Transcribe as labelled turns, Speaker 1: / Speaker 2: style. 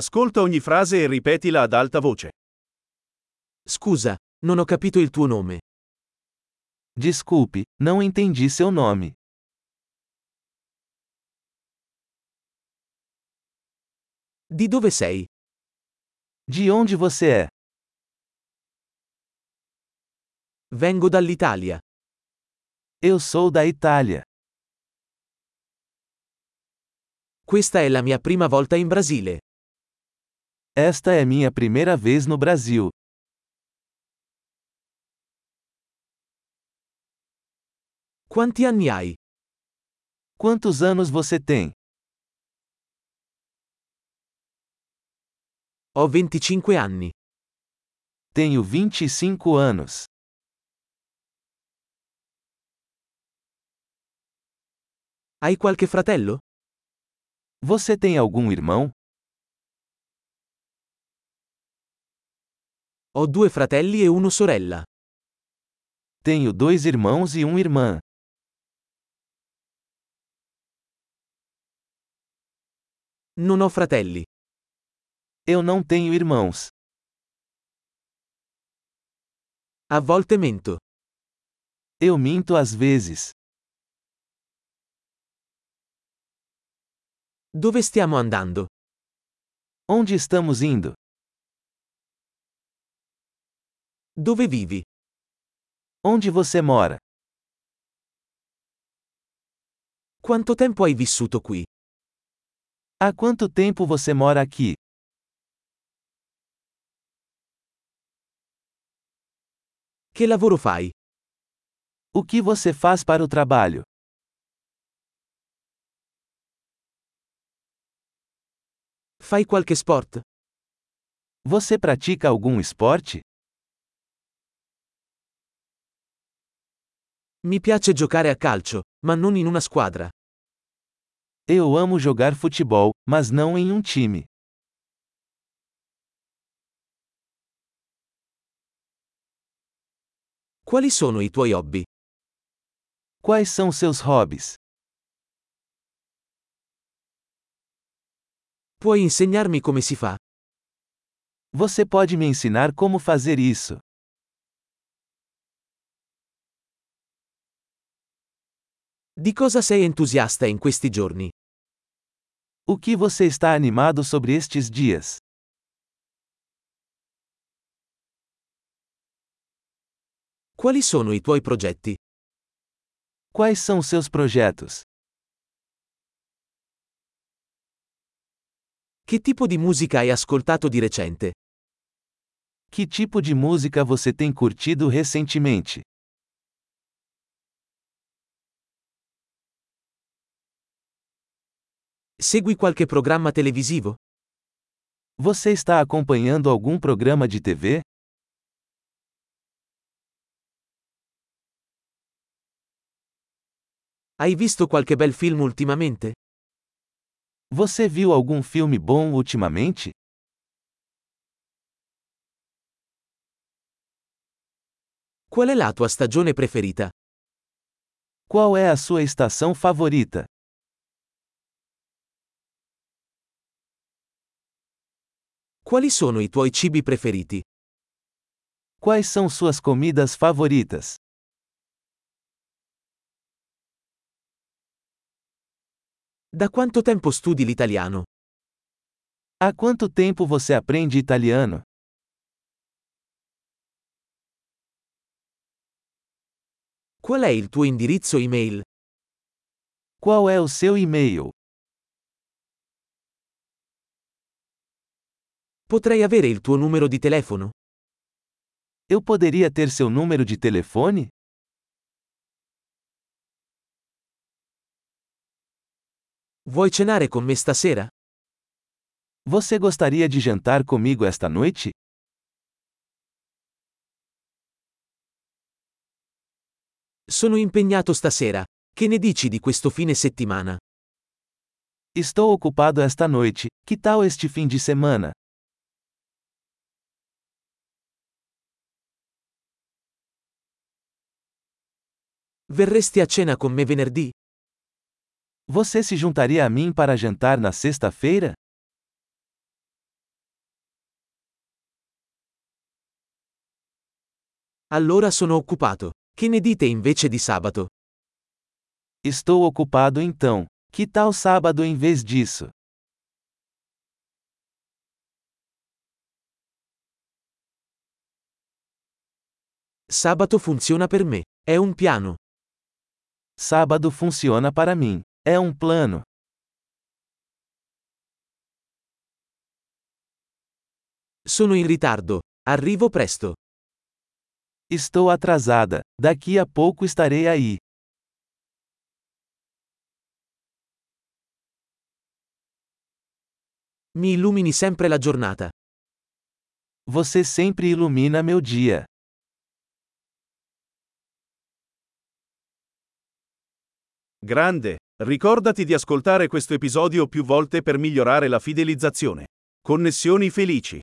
Speaker 1: Ascolta ogni frase e ripetila ad alta voce.
Speaker 2: Scusa, non ho capito il tuo nome.
Speaker 3: Desculpe, não entendi seu nome.
Speaker 2: Di dove sei?
Speaker 3: De onde você é?
Speaker 2: Vengo dall'Italia.
Speaker 3: Eu sou da Itália.
Speaker 2: Questa è la mia prima volta in Brasile.
Speaker 3: Esta é minha primeira vez no Brasil.
Speaker 2: Quanti anni hai?
Speaker 3: Quantos anos você tem?
Speaker 2: Ho 25 anni.
Speaker 3: Tenho 25 anos.
Speaker 2: Hai qualche fratello?
Speaker 3: Você tem algum irmão?
Speaker 2: Ho due fratelli e una sorella.
Speaker 3: Tenho dois irmãos e uma irmã.
Speaker 2: Non ho fratelli.
Speaker 3: Eu não tenho irmãos.
Speaker 2: A volte mento.
Speaker 3: Eu minto às vezes.
Speaker 2: Dove stiamo andando?
Speaker 3: Onde estamos indo?
Speaker 2: Dove vivi?
Speaker 3: Onde você mora?
Speaker 2: Quanto tempo hai vissuto qui?
Speaker 3: Há quanto tempo você mora aqui?
Speaker 2: Che lavoro fai?
Speaker 3: O que você faz para o trabalho?
Speaker 2: Fai qualche sport?
Speaker 3: Você pratica algum esporte?
Speaker 2: Mi piace giocare a calcio, ma non in una squadra.
Speaker 3: Eu amo jogar futebol, mas não em um time.
Speaker 2: Quali sono i tuoi hobby?
Speaker 3: Quais são seus hobbies?
Speaker 2: Puoi insegnarmi come si fa?
Speaker 3: Você pode me ensinar como fazer isso?
Speaker 2: Di cosa sei entusiasta in questi giorni?
Speaker 3: O que você está animado sobre estes dias?
Speaker 2: Quali sono i tuoi progetti?
Speaker 3: Quais são seus projetos?
Speaker 2: Che tipo di musica hai ascoltato di recente?
Speaker 3: Que tipo de música você tem curtido recentemente?
Speaker 2: Segui qualche programma televisivo?
Speaker 3: Você está acompanhando algum programa de TV?
Speaker 2: Hai visto qualche bel film ultimamente?
Speaker 3: Você viu algum filme bom ultimamente?
Speaker 2: Qual è la tua stagione preferita?
Speaker 3: Qual é a sua estação favorita?
Speaker 2: Quali sono i tuoi cibi preferiti?
Speaker 3: Quais são suas comidas favoritas?
Speaker 2: Da quanto tempo studi l'italiano?
Speaker 3: Há quanto tempo você aprende italiano?
Speaker 2: Qual è il tuo indirizzo email?
Speaker 3: Qual é o seu e-mail?
Speaker 2: Potrei avere il tuo numero di telefono?
Speaker 3: Eu poderia ter seu número de telefone?
Speaker 2: Vuoi cenare con me stasera?
Speaker 3: Você gostaria de jantar comigo esta noite?
Speaker 2: Sono impegnato stasera. Che ne dici di questo fine settimana?
Speaker 3: Estou ocupado esta noite. Que tal este fim de semana?
Speaker 2: Verresti a cena con me venerdì?
Speaker 3: Você se juntaria a mim para jantar na sexta-feira?
Speaker 2: Allora sono occupato. Che ne dite invece di sabato?
Speaker 3: Estou ocupado então. Que tal sábado em vez disso?
Speaker 2: Sabato funziona per me. È un piano.
Speaker 3: Sábado funciona para mim. É um plano.
Speaker 2: Sono in ritardo. Arrivo presto.
Speaker 3: Estou atrasada. Daqui a pouco estarei aí.
Speaker 2: Mi illumini sempre la giornata.
Speaker 3: Você sempre ilumina meu dia.
Speaker 1: Grande! Ricordati di ascoltare questo episodio più volte per migliorare la fidelizzazione. Connessioni felici!